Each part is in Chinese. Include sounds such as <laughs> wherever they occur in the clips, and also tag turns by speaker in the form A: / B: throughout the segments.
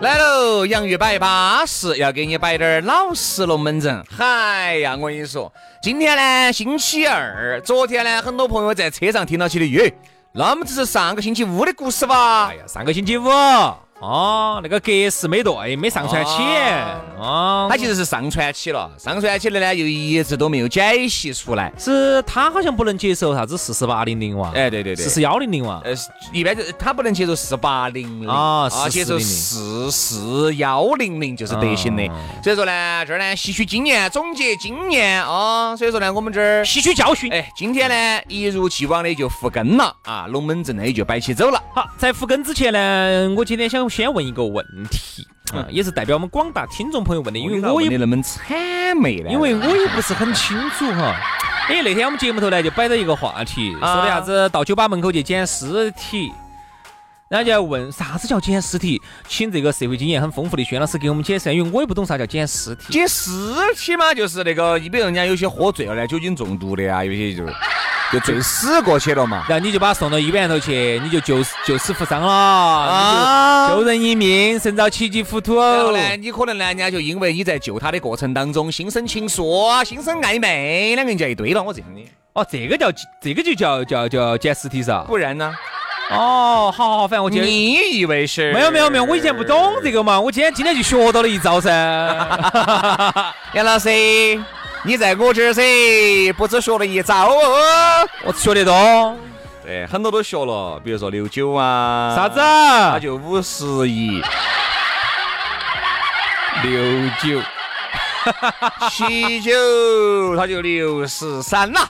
A: 来喽，洋芋摆巴适，要给你摆点儿老实龙门阵。嗨呀，我跟你说，今天呢星期二，昨天呢很多朋友在车上听到起的，耶，那么这是上个星期五的故事吧？
B: 哎呀，上个星期五哦，那个格式没对，没上传起哦，
A: 它其实是上传起了，上传起的呢又一直都没有解析出来。
B: 是他好像不能接受啥子四十八零零哇，
A: 哎，对对对，
B: 四十幺零零哇，
A: 呃，一般就是他不能接受四八零零
B: 啊
A: 接受四四幺零零就是德行的
B: 啊。
A: 所以说呢，这儿呢吸取经验，总结经验啊。所以说呢，我们这儿。
B: 吸取教训。
A: 哎，今天呢，一如既往的就复更了啊，龙门阵呢也就摆起走了。
B: 好，在复更之前呢，我今天想先问一个问题，啊，也是代表我们广大听众朋友问的，因为我也
A: 问得那么谄媚呢，
B: 因为我也不是很清楚 <laughs> 哈。因为那天我们节目头呢就摆到一个话题，说的啥子到酒吧门口去捡尸体，然后就要问啥子叫捡尸体，请这个社会经验很丰富的轩老师给我们解释，因为我也不懂啥叫捡尸体。 <laughs>
A: 捡尸体嘛，就是那个，你比如人家有些喝醉了呢，酒精中毒的啊，有些就是就醉死过去了
B: <laughs>
A: 嘛。
B: 然后你就把他送到医院头去，你就救死救死扶伤了，你
A: 啊
B: 就救人一命胜造七级浮屠。
A: 然后呢，你可能呢，人家就因为你在救他的过程当中心生情愫、心生暧昧，两个人就一堆了。我这样的，
B: 哦，这个叫这个就叫叫叫捡尸体噻。
A: 不然呢？
B: 哦，好好好，反正我今天
A: 你以为是？
B: 没有没有没有，我以前不懂这个嘛，我今天今天就学到了一招噻。
A: 杨老师，你在我这儿噻，不止学了一招哦。
B: 我学得多，
A: 对，哎很多都学了，比如说六九啊，
B: 啥子？
A: 那就五十一、
B: 六九，
A: 七九， <laughs> 他就六十三了，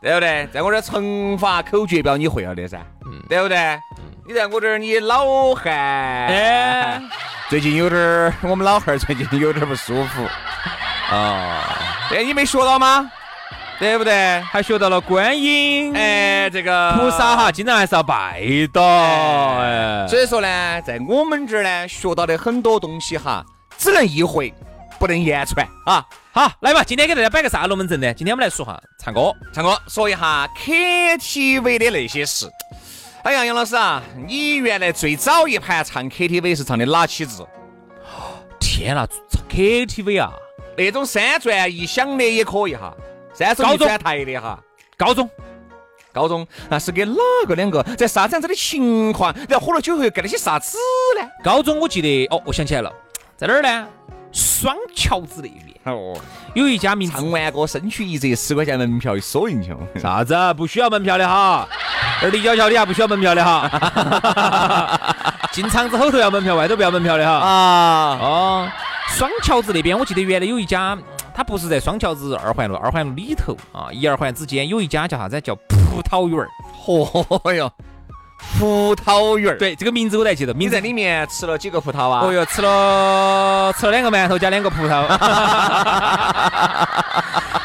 A: 对不对？在我这儿乘法口诀表你会了的噻，
B: 嗯
A: 对不对？你在我这儿你老汉，
B: 哎，
A: 最近有点儿，我们老汉儿最近有点儿不舒
B: <laughs>
A: 服，
B: 啊，
A: 对，你没学到吗？对不对？
B: <laughs> 还学到了观音、
A: 哎，这个
B: 菩萨哈，经常还是要拜的。哎，
A: 所以说呢，在我们这儿呢，学到的很多东西哈，只能意会，不能言传啊。
B: 好，来嘛，今天给大家摆个啥龙门阵呢？今天我们来说哈唱歌。
A: 唱歌说一下 KTV 的那些事。哎呀，杨老师啊，你原来最早一盘唱 KTV 是唱的哪几支？
B: 天呐，KTV 啊，
A: 那种三转一响的也可以哈，三首一转台的哈。
B: 高中
A: 高中那是给哪个两个，在啥子样子的情况，然后喝了酒后干了些啥子呢？
B: 高中我记得哦，我想起来了，在哪儿呢？双桥子那边
A: 哦，
B: 有一家名字
A: 唱完歌身躯一折，十块钱门票一收进去。 <laughs>
B: 啥子啊？不需要门票的哈，这儿立交桥底下不需要门票的哈， <laughs> 进场子后头要门票，外头不要门票的哈。
A: 啊，
B: 哦，双桥子那边，我记得原来有一家，它不是在双桥子二环路，二环路里头啊，一二环之间有一家叫啥子？叫葡萄园儿。
A: <laughs> 嚯哟，哎葡萄园儿，
B: 对，这个名字我都还记得，
A: 你
B: 名字
A: 在。里面吃了几个葡萄啊？
B: 哦哟，吃了吃了两个馒头加两个葡萄。 <laughs>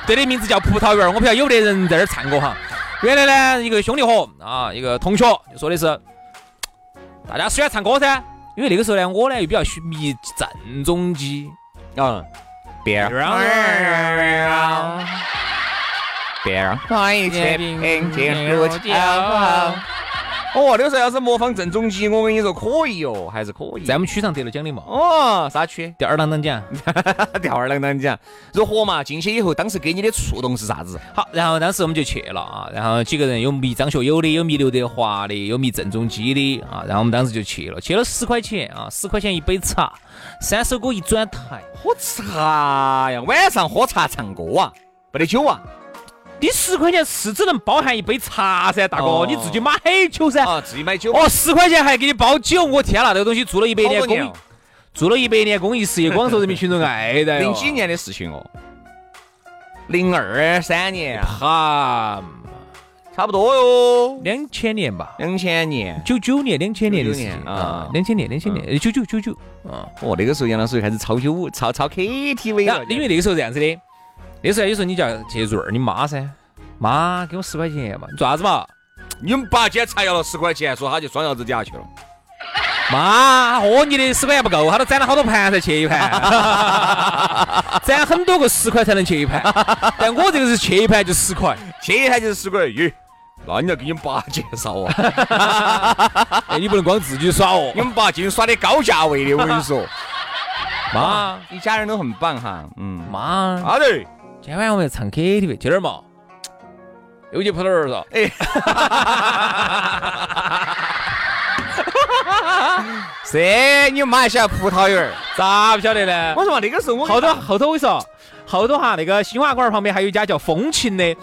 B: 对的，名字叫葡萄园儿。我不晓得有的人在这儿唱过哈。原来呢，一个兄弟伙啊，一个同学就说的是，大家喜欢唱歌噻。因为那个时候呢，我呢又比较喜迷郑中基。
A: 嗯，别
B: 别
A: 哎啊
B: 让
A: 别让爱
B: 情进入秋
A: 哦，那个时候要是模仿郑中基，我跟你说可以哦，还是可以。
B: 在我们区上得了奖的嘛，
A: 哦，啥区？
B: 吊儿郎当奖。
A: 吊儿郎当讲，如何嘛？进去以后，当时给你的触动是啥子？
B: 好，然后当时我们就去了啊，然后几个人有迷张学友的，有迷刘德华的，有迷郑中基的啊，然后我们当时就去了，去了十块钱啊，十块钱一杯茶，三首歌一转台，
A: 喝茶呀，晚上喝茶唱歌啊，没得酒啊。
B: 你十块钱是只能包含一杯茶噻，大哥，
A: 哦
B: 你自己买酒噻。哦
A: 啊，自己买酒。
B: 哦，十块钱还给你包酒，我天呐，这个东西做了一百
A: 好
B: 年
A: 多
B: 公
A: 年
B: 益
A: 哦，
B: 做了一百年公益事业，广受人民群众爱戴。
A: 零几？年的事情哦，零二三年啊，
B: 哈，
A: 差不多哟，
B: 两千年吧，
A: 两千年。
B: 九九年，两千年的事
A: 99
B: 情
A: 年啊
B: 两千年，两千年，呃九九九九。
A: 哦，那个时候杨老师就开始抄九五，抄抄 KTV
B: 然后
A: 了，
B: 因为那个时候这样子的，那时候有时候你叫去润儿，你妈噻，妈给我十块钱嘛，你做啥子嘛？
A: 你们爸今天才要了十块钱，说他去双窑子底下去了。
B: 妈，哦，你的十块钱不够，他都攒了好多盘才切一盘， <laughs> 攒很多个十块才能切一盘，但我这个是切一盘就十块。
A: 切一盘就是十块鱼，那你要给你们爸介绍啊。 <laughs>
B: 哎，你不能光自己耍哦
A: 你，们爸今天耍的高价位的，我 <laughs> 跟你说，
B: 妈
A: 一家人都很棒哈。嗯，
B: 妈，
A: 啊对，
B: 今晚我们要唱 KTV，今儿嘛，又去葡萄园了，
A: 哎
B: <laughs>
A: 这你妈还晓得葡萄园儿？
B: 咋不晓得呢？
A: 我说嘛，那个时候我
B: 后头后头我跟你说，后头哈那个新华馆旁边还有一家叫风情的。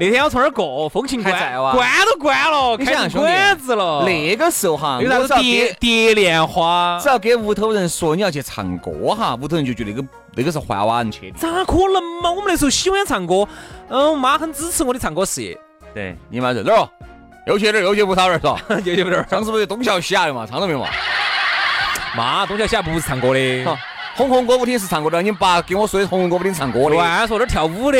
B: 那天我从那儿过，风情关
A: 还在哇
B: 关都关了，
A: 你
B: 开
A: 想兄
B: 成
A: 弟
B: 馆子了。
A: 哦那个时候哈，
B: 有啥
A: 我
B: 子
A: 只要
B: 蝶
A: 给
B: 蝶恋花
A: 只？要给屋头人说你要去唱歌哈，屋头人就觉得那个那个是换娃人去的。
B: 咋可能嘛？我们那时候喜欢唱歌，嗯，我妈很支持我的唱歌事业。
A: 对，你妈在哪儿哦？又去哪儿？又去葡萄园儿 <laughs> 嗦？
B: 就有点儿，
A: 上次不是东校西亚的嘛，唱到没有嘛？
B: 妈，东小西不是唱歌的，
A: 好，红红歌舞厅是唱歌的，你们爸给我说的红红歌舞厅是唱歌的。
B: 乱哎说，那儿跳舞 <laughs> 的。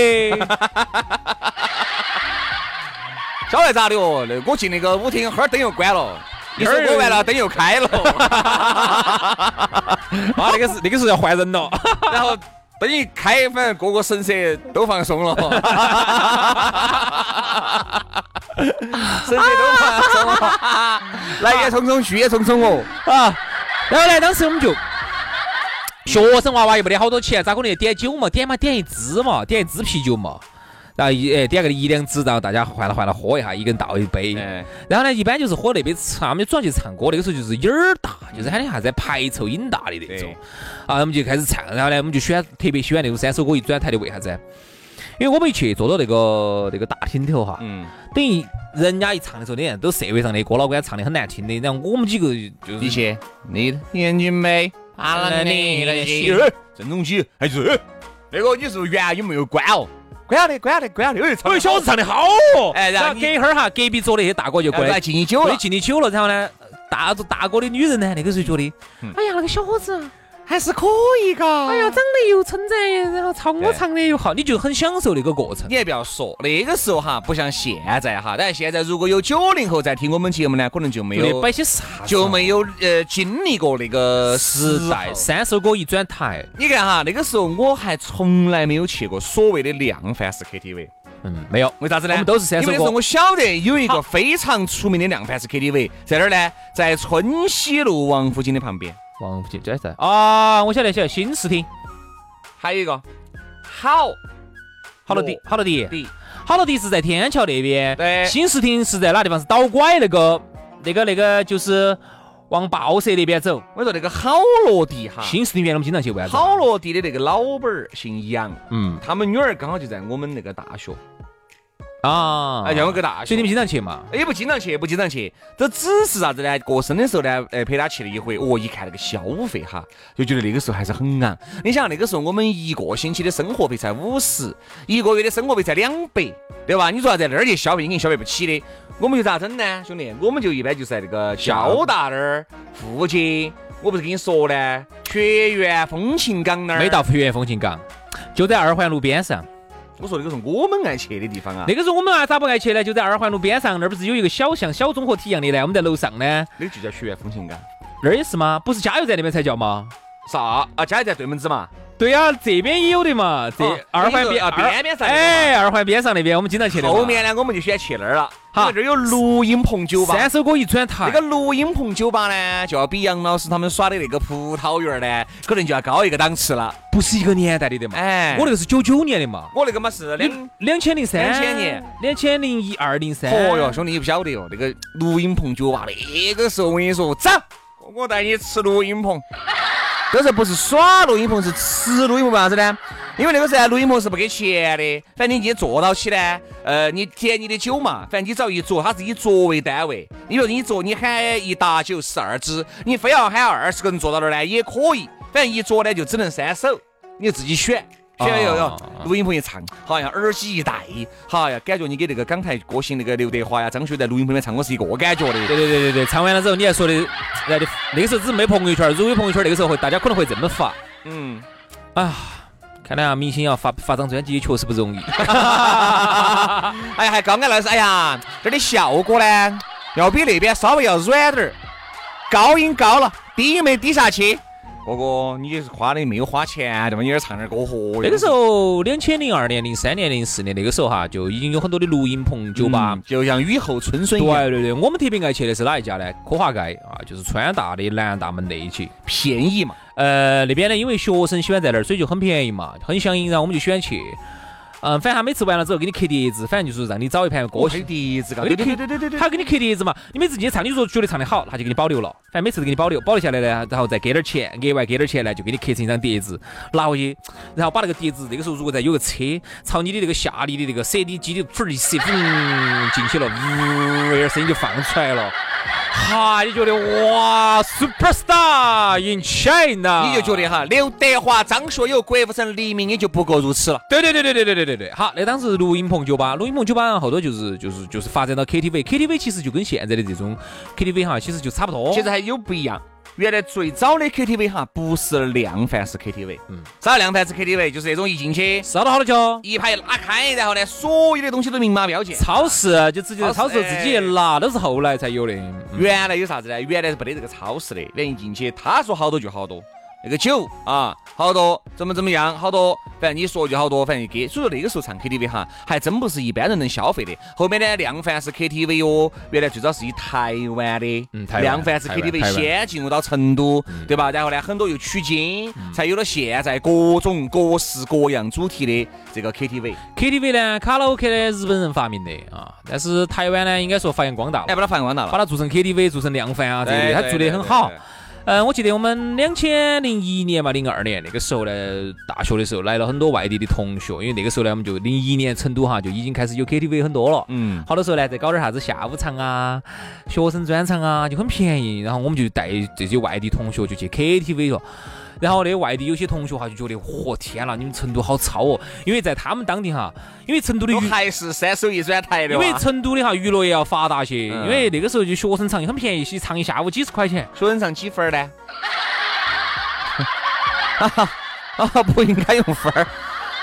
A: 晓得咋的哦？那我进那个舞厅，哈儿灯又关了，一首
B: 儿
A: 歌完了，灯又开了，
B: 妈，啊那个是那个时候要换人了。
A: <laughs> 然后灯一开，反正各个神社都放松 <laughs> 了，神社都放松 <laughs> 了，来也匆匆，去也匆匆哦。
B: <laughs> 啊，然后呢，当时我们就。学生娃娃又没得好多钱，咋可能点酒嘛？点嘛点一支嘛，点一支啤酒嘛，然后一哎点个一两支，然后大家换了换了喝一下，一个人倒一杯。
A: 哎
B: 然后呢，一般就是喝那杯茶，我们就主要去唱歌。那个时候就是瘾儿大，就是喊的啥子排臭瘾大的那种
A: 对。
B: 啊，我们就开始唱，然后呢，我们就喜欢特别喜欢那种三首歌一转台的，为啥子？因为我们一去坐到那个那个大厅头哈，
A: 嗯，
B: 等于人家一唱的时候，你看都社会上的哥老倌唱的很难听的，然后我们几个就是
A: 一些你的眼睛美，
B: 啊那你的心
A: 哎郑中基，哎是，那个你是不是原有没有关哦？关了的，关了的，关了的，哎，
B: 哎，小子唱的好哦！
A: 哎然后
B: 然后
A: 你
B: 隔一会儿哈，隔壁桌那些大哥就过
A: 过来
B: 来，
A: 敬你酒
B: 过来
A: 了。
B: 敬你酒了。然后呢，大大哥的女人呢，那个时候觉得，
A: 嗯
B: 哎呀，那个小伙子，
A: 还是可以嘎。
B: 哎呀，长得又称赞，然后唱我唱的又好，你就很享受那个过程
A: 你。还不要说，那个时候哈，不像现在哈。但现在如果有九零后在听我们节目呢，可能就没
B: 就
A: 有
B: 摆些啊啥？
A: 就没有呃经历过那个时
B: 时代，
A: 代。
B: 三首歌一转台，
A: 你看哈，那个时候我还从来没有去过所谓的量贩式 KTV，
B: 嗯，没有，
A: 为啥子呢？
B: 我们都是三
A: 因
B: 首
A: 为那时候
B: 歌。
A: 我晓得有一个非常出名的量贩式 KTV，在哪儿呢？在春熙路王府井的旁边，
B: 王府井这噻啊，我晓得晓得，新视听，
A: 还有一个好
B: 好乐迪，好乐迪，
A: 迪
B: 好乐迪是在天桥那边，
A: 对
B: 新视听是在哪地方？是倒拐那个那个那个就是往报社那边走。
A: 我说那个好乐迪哈，
B: 新视听原来我们经常去为啥子？
A: 啊好乐迪的那个老板儿姓杨。
B: 嗯
A: 他们女儿刚好就在我们那个大学，
B: 啊，
A: 哎，让我个大
B: 所以
A: 学
B: 你们。经常去嘛？
A: 也不经常去，不经常去，这只是啥子呢？过生的时候呢，哎，陪他去了一回。哦，一看那个消费哈，就觉得那个时候还是很昂。你想那个时候我们一个星期的生活费才五十，一个月的生活费才两百，对吧？你说要在那儿去消费，肯定消费不起的。我们就咋整呢，兄弟？我们就一般就在那个交大那儿附近，我不是跟你说呢，学园风情港那儿。
B: 没到，福源风情港，就在二环路边上。
A: 我说那个时候我们爱去的地方啊。
B: 那个时候我们啊咋不爱去呢？就在二环路边上，那儿不是有一个小巷、小综合体一样的呢？我们在楼上呢，
A: 那就叫学院风情港。
B: 那儿也是吗？不是加油站那边才叫吗？
A: 啥啊？家里在对门子嘛？
B: 对呀、这边也有的嘛，这
A: 哦
B: 二环
A: 那
B: 边
A: 个啊
B: 二
A: 边边上那个嘛
B: 哎，二环边上那边我们经常去的嘛。
A: 后面呢，我们就喜欢去那儿了。
B: 啊好
A: 因为这儿有录音棚酒吧。
B: 三首歌一转台，
A: 那个录音棚酒吧呢，就要比杨老师他们耍的那个葡萄园儿呢，可能就要高一个档次了。
B: 不是一个年代的的嘛。
A: 哎
B: 我那个是九九年的嘛，
A: 我那个嘛是两，
B: 两千零三，
A: 2000年，
B: 两千零一二零三。
A: 哦哟，兄弟你不晓得哟，那个录音棚酒吧那个时候我跟你说，走，我带你吃录音棚。这是不是耍录音棚，是吃录音棚为啥子呢？因为那个时候啊录音棚是不给钱的，反正你今天坐到起呢，呃，你填你的酒嘛，反正你只要一桌，它是以桌为单位。你说你桌，你喊一打酒十二支，你非要喊二十个人坐到那儿呢也可以，反正一桌呢就只能三手，你自己选。选了又
B: 啊
A: 要录音棚一唱，好像耳机一戴，好呀，感觉你给那个港台歌星那个刘德华呀、张学友在录音棚里面唱歌是一个感觉的。
B: 对对对对对，唱完了之后你还说的，然后那个时候只是没朋友圈，如果有朋友圈，那个时候会大家可能会这么发
A: 嗯，
B: 啊。看来啊，明星要发发张专辑也确实不容 <laughs> 易。
A: <laughs> 哎呀，还高安老师，哎呀，这儿的效果呢，要比那边稍微要软点儿，高音高了，低音没低下去。哥哥，你也是花的没有花钱，对吧？你在这儿唱点歌嚯哟。
B: 那个时候，两千零二年、零三年、零四年那个时候哈，就已经有很多的录音棚、酒吧。
A: 嗯就像雨后春笋一样，
B: 对对对，我们特别爱去的是哪一家呢？科华街啊，就是川大的南大门那一起。
A: 便宜嘛。
B: 呃，那边呢，因为学生喜欢在那儿，所以就很便宜嘛，很响应，然后我们就喜欢去。嗯，反正他每次完了之后给你刻碟子，反正就是哎让你找一盘歌
A: 我
B: 曲
A: 是。笛子嘎，
B: 对
A: 对
B: 对
A: 对对
B: 对
A: 哦对对对。
B: 他给你刻碟子嘛，你每次去唱，你说觉得唱得好，他就给你保留了，反正每次都给你保留，保留下来呢，然后再给点钱，额外给点钱呢，就给你刻成一张碟子，拿回去，然后把那个碟子，那个时候如果再有个车朝你的那个下力的那个 CD 机的噗儿一塞，嗡进去了，呜，一点声音就放出来了，哈，你觉得哇，superstar in China，
A: 你就觉得。哈，刘德华、张学友、郭富城、黎明也就不过如此了。
B: 对对对对对对对对对，好，那当时录音棚酒吧，录音棚酒吧后头就是就是就是发展到 KTV，KTV 其实就跟现在的这种 KTV 哈，其实就差不多。
A: 其实还有不一样。原来最早的 KTV 哈，不是量贩式 KTV，
B: 嗯
A: 嗯，啥叫量贩式 KTV？就是那种一进去
B: 烧了好多酒，
A: 一排拉开，然后呢，所有的东西都明码标价。
B: 超市就直接在
A: 超
B: 超市
A: 市哎
B: 自己一拿，都是后来才有的。嗯
A: 原来有啥子呢？原来是没得这个超市的，原来一进去他说好多就好多，那个酒啊，好多怎么怎么样，好多，反正你说就好多，反正就给。所以说那个时候唱 KTV 哈，还真不是一般人能消费的。后面呢，量贩式 KTV 哦，原来最早是以台湾的
B: 嗯台湾
A: 量贩式
B: 台湾台
A: KTV
B: 湾嗯
A: 先进入到成都，对吧？然后呢，很多又取经，才有了现在各种各式各样主题的这个 KTV。
B: KTV 呢，卡拉 OK 呢，日本人发明的啊，但是台湾呢，应该说发扬光大
A: 哎，
B: 了，
A: 把它放完了
B: 把它做成 KTV，做成量贩啊这类的，他做的很好。嗯，我记得我们两千零一年吧，零二年那个时候呢，大学的时候来了很多外地的同学，因为那个时候呢，我们就零一年成都哈就已经开始有 KTV 很多了。
A: 嗯，
B: 好多时候呢，再搞点啥子下午场啊、学生专场啊，就很便宜。然后我们就带这些外地同学就去 KTV 了。然后呢，外地有些同学哈就觉得，嚯、天啦，你们成都好糙哦！因为在他们当地哈，因为成都的
A: 都
B: 娱，
A: 还是三手一转台的
B: 因
A: 哇
B: 为成都的哈娱乐也要发达些，
A: 嗯
B: 因为那个时候就学生唱也很便宜，一唱一下午几十块钱。
A: 学生上几分儿呢？ <laughs> 啊 <laughs> 啊，不应该用分儿。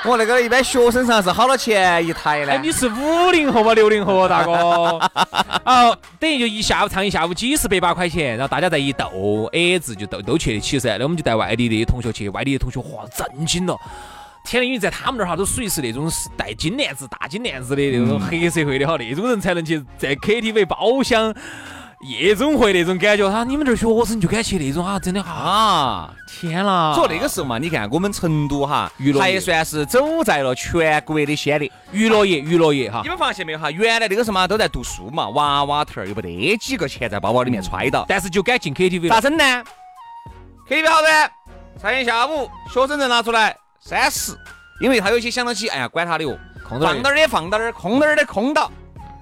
A: 我那个一般学生上是好多钱一台呢？
B: 哎，你是五零后吗？六零后啊，大哥？ <laughs> 哦，等于就一下午唱一下午几十百把块钱，然后大家再一斗 A 字就斗斗去得起噻。那我们就带外地的同学去，外地的同学哇震惊了。天呐，因为在他们那儿哈，都属于是那种是带金链子、大金链子的那
A: 嗯
B: 种黑社会的哈，那种人才能去在 KTV 包厢、夜总会那种感觉。哈，啊你们这儿学生就敢去那种哈，真的哈，
A: 啊，
B: 天啦！
A: 所以那个时候嘛，你看我们成都哈
B: 娱乐，业
A: 还算是走在了全国的先啊列。
B: 娱乐业，娱乐业哈
A: 你，们发现没有哈？原来那个时候嘛，都在读书嘛，娃娃头儿又没得几个钱在包包里面揣到，
B: 但是就敢进 KTV 了
A: 咋。整呢？KTV 好噻，唱一下午，学生证拿出来三十，因为他有些想到起，哎呀，管他的哦，
B: 空着
A: 放到儿的放到儿，空到儿的空到。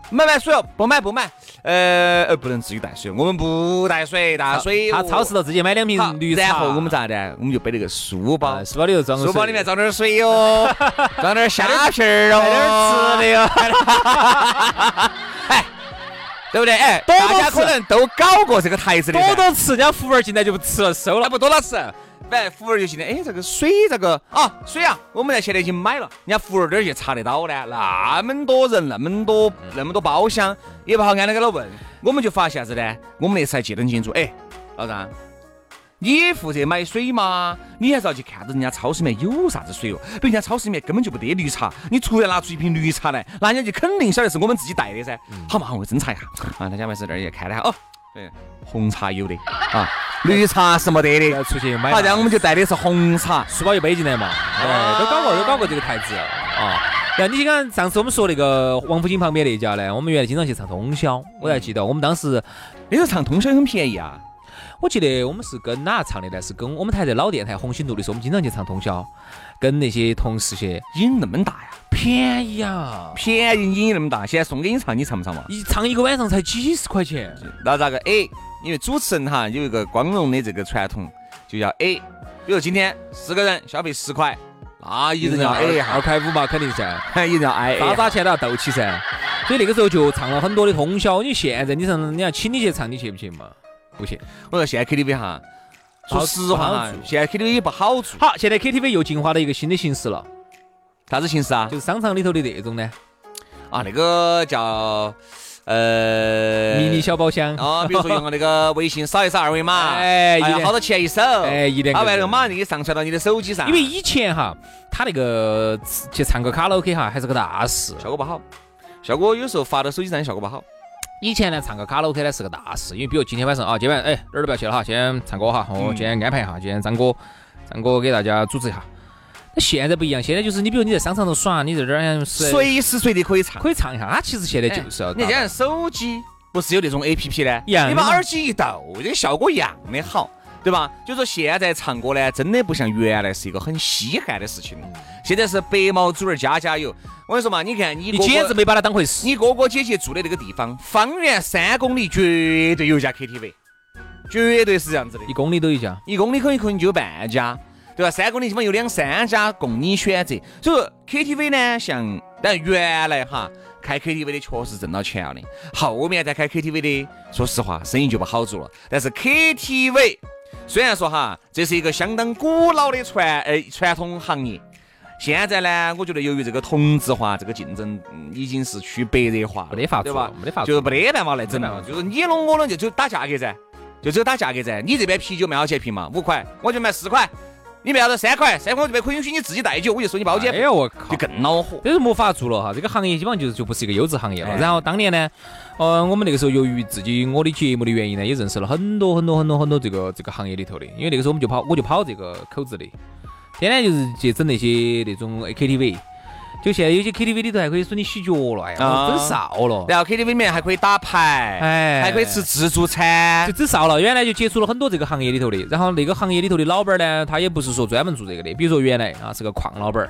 A: 买买水哦，不买不买，呃呃，不能自己带水，我们不带水，带水
B: 他
A: 我
B: 超市头自己买两瓶
A: 好
B: 绿茶，
A: 然后我们咋的？我们就背了个书包
B: 啊，书包里头装个
A: 书包
B: 水
A: 里面装点水哟， <laughs> 装点虾皮儿哦，
B: 买
A: <laughs>
B: 点吃的哟，
A: 对不对？哎，
B: 多多
A: 大家可能都搞过这个台子的噻，
B: 多多吃，人家服务员进来就不吃了，收
A: 那
B: 了。
A: 不多了吃。反正服务员就进来，哎，这个水这个啊水啊，我们在前头已经买了，人家服务员哪儿去查得到呢？那么多人，那么多那么多包厢，也不好安得给他问。我们就发现啥子呢？我们那次还记得很清楚，哎，老张。你负责买水吗？你还是要去看到人家超市里面有啥子水哦，比如人家超市里面根本就没得绿茶，你突然拿出一瓶绿茶来，那人家就肯定晓得是我们自己带的噻。好嘛，我侦查一下啊，大家没事那儿也看了一下哦，对，红茶有的啊，绿茶是没得的
B: 要。出去买嘛，
A: 好，哦然后我们就带的是红茶。
B: 书包又背进来嘛，哎，都搞过，都搞过这个台子啊。然后你看上次我们说那个王府井旁
A: 嗯
B: 边那家呢，我们原来经常去唱通宵，我还记得我们当时
A: 那时候唱通宵很便宜啊，
B: 我记得我们是跟哪唱的呢？是跟我们台的老电台红星路的时候，我们经常去唱通宵，跟那些同事些
A: 瘾那么大呀，
B: 便宜啊，
A: 便宜瘾那么大，现在送给你唱，你唱不唱嘛？
B: 一唱一个晚上才几十块钱。
A: 那咋个？哎，因为主持人哈有一个光荣的这个传统，就叫哎，比如今天四个人消费十块，那一人要哎一
B: 二
A: 下，
B: 块五毛肯定噻，
A: 一人要挨
B: 啥
A: 哎。
B: 啥钱都要斗起噻。所以那个时候就唱了很多的通宵。你现在你上你要请你去唱，你去不去嘛？不去。
A: 我说现在 KTV 哈，说
B: 好
A: 实话
B: 不
A: 哈
B: 好做，
A: 现在 KTV 也不好做，
B: 好，现在 KTV 又进化了一个新的形式了，
A: 啥子形式啊
B: 就？是商场里头的那种呢，
A: 啊，那个叫呃
B: 迷你小包厢。
A: 啊，比如说用那个微信扫一扫二维码，
B: <laughs> 哎一
A: 呀
B: 点
A: 好多钱一手，
B: 哎一点
A: 把
B: 个
A: 完
B: 子
A: 啊了马上就给上传到你的手机上，
B: 因为以前哈，他那个去唱个卡拉 OK 哈，还是个大事。
A: 效果不好，效果有时候发到手机上效果不好。
B: 以前呢，唱个卡拉 OK 呢是个大事，因为比如今天晚上啊，今晚哎哪儿都不要去了哈，先唱歌哈，
A: 嗯
B: 我今天安排一下，今天张哥，张哥给大家组织一下。那现在不一样，现在就是你比如你在商场头耍，你在这儿随
A: 随时随地可以唱。
B: 可以唱一下，他其实现在就是要
A: 哎你
B: 打
A: 加上手机不是有那种 A P P 呢？
B: 一样的
A: 你把耳机一斗，这个效果一样的好，对吧？就说现在唱歌呢，真的不像原来是一个很稀罕的事情了，现在是白毛猪儿加加油。我跟你说嘛，你看你
B: 你
A: 哥哥
B: 简直没把他当回事。
A: 你哥哥姐姐住的那个地方，方圆三公里绝对有一家 K T V，绝对是这样子的
B: 一。公里都一家，
A: 一公里可能可能就有半家，对吧？三公里起码有两三家供你选择。所以说 KTV 呢，像但原来哈开 KTV 的确实挣到钱了的，后面再开 KTV 的，说实话生意就不好做了。但是 KTV 虽然说哈，这是一个相当古老的传呃传统行业。现在呢，我觉得由于这个同质化，这个竞争、嗯已经是趋白热化了，
B: 没得法
A: 对
B: 做
A: 吧？
B: 没得法
A: 就是
B: 做
A: 没得办法来整了，就是你弄我弄就就打价格噻，就只有打价格噻。你这边啤酒卖好钱一瓶嘛，五块，我就卖四块，你卖到三块，三块我这边可以允许你自己带酒，我就收你包间
B: 哎
A: 费，
B: 呀，我靠
A: 就！更恼火。
B: 这是没法做了哈，这个行业基本上就是就不是一个优质行业了。
A: 哎
B: 然后当年呢，呃，我们那个时候由于自己我的节目的原因呢，也认识了很多很多很多很多这个这个行业里头的，因为那个时候我们就跑，我就跑这个口子的，天天就是去整那些那种 KTV，就现在有些 KTV 里头还可以说你洗脚了，哎呀，
A: 啊
B: 我整少了，
A: 然后 KTV 里面还可以打牌，
B: 哎，
A: 还可以吃自助餐
B: 就，只少了。原来就接触了很多这个行业里头的，然后那个行业里头的老板儿呢，他也不是说专门做这个的，比如说原来啊是个矿老板儿，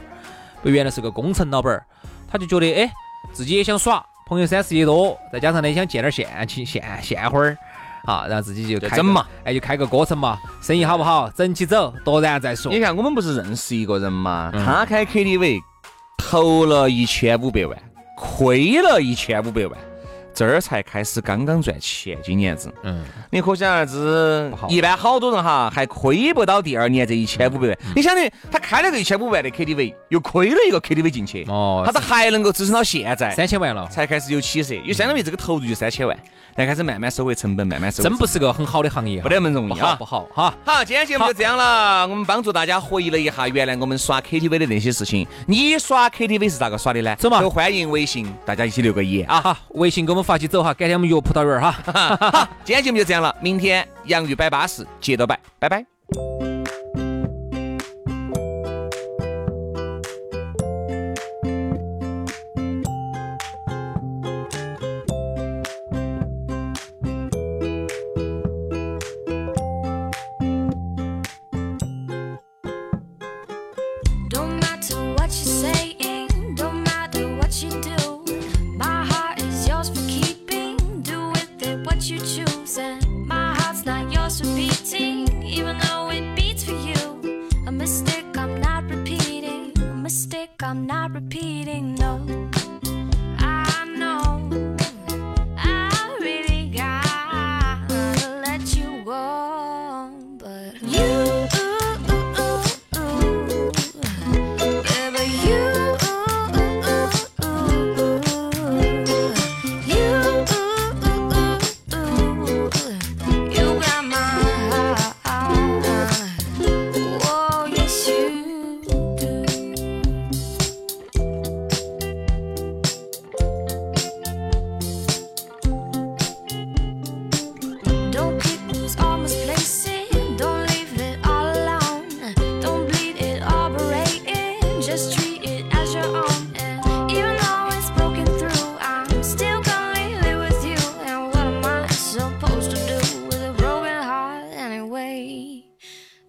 B: 不原来是个工程老板儿，他就觉得哎自己也想耍，朋友三四也多，再加上呢想见点现情现现花儿。啊，然后自己就
A: 就
B: 开
A: 整
B: 个
A: 嘛，
B: 哎，就开个歌程嘛，生意好不好，整起走，多然再说
A: 你。看，我们不是认识一个人嘛，
B: 嗯
A: 他开 KTV 投了一千五百万，亏了一千五百万，这儿才开始刚刚赚钱，今年子。
B: 嗯，
A: 你可想而知
B: 不好，
A: 一般好多人哈还亏不到第二年这一千五百万。
B: 嗯
A: 你想的，他开了个一千五百万的 KTV，又亏了一个 KTV 进去，
B: 哦
A: 他咋还能够支撑到现在？
B: 三千万了，
A: 才开始有起色，也相当于这个投入就三千万，但开始慢慢收回成本，慢慢收回
B: 真
A: 成
B: 不是个很好的行业啊，
A: 本，不得那么容
B: 不
A: 易
B: 好
A: 啊
B: 不。好哈。
A: 好，今天节目就这样了。我们帮助大家回忆了一下原来我们耍 KTV 的那些事情。你耍 KTV 是咋个耍的呢？
B: 走嘛
A: 都欢迎微信，大家一起留个言啊。
B: 啊哈，微信给我们发起走哈，改天我们约葡萄园儿哈。
A: 今天节目就这样了，明天洋芋摆巴士接着摆，拜拜。
C: Don't matter what you're saying, don't matter what you do. My heart is yours for keeping, do with it what you choose. And my heart's not yours for beating, even though it beats for you. A mistake I'm not repeating, a mistake I'm not repeating, no. I know I really gotta let you go, but you. Yeah, but you, you, you got my heart. Oh, yes you do.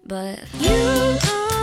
C: but you are Oh,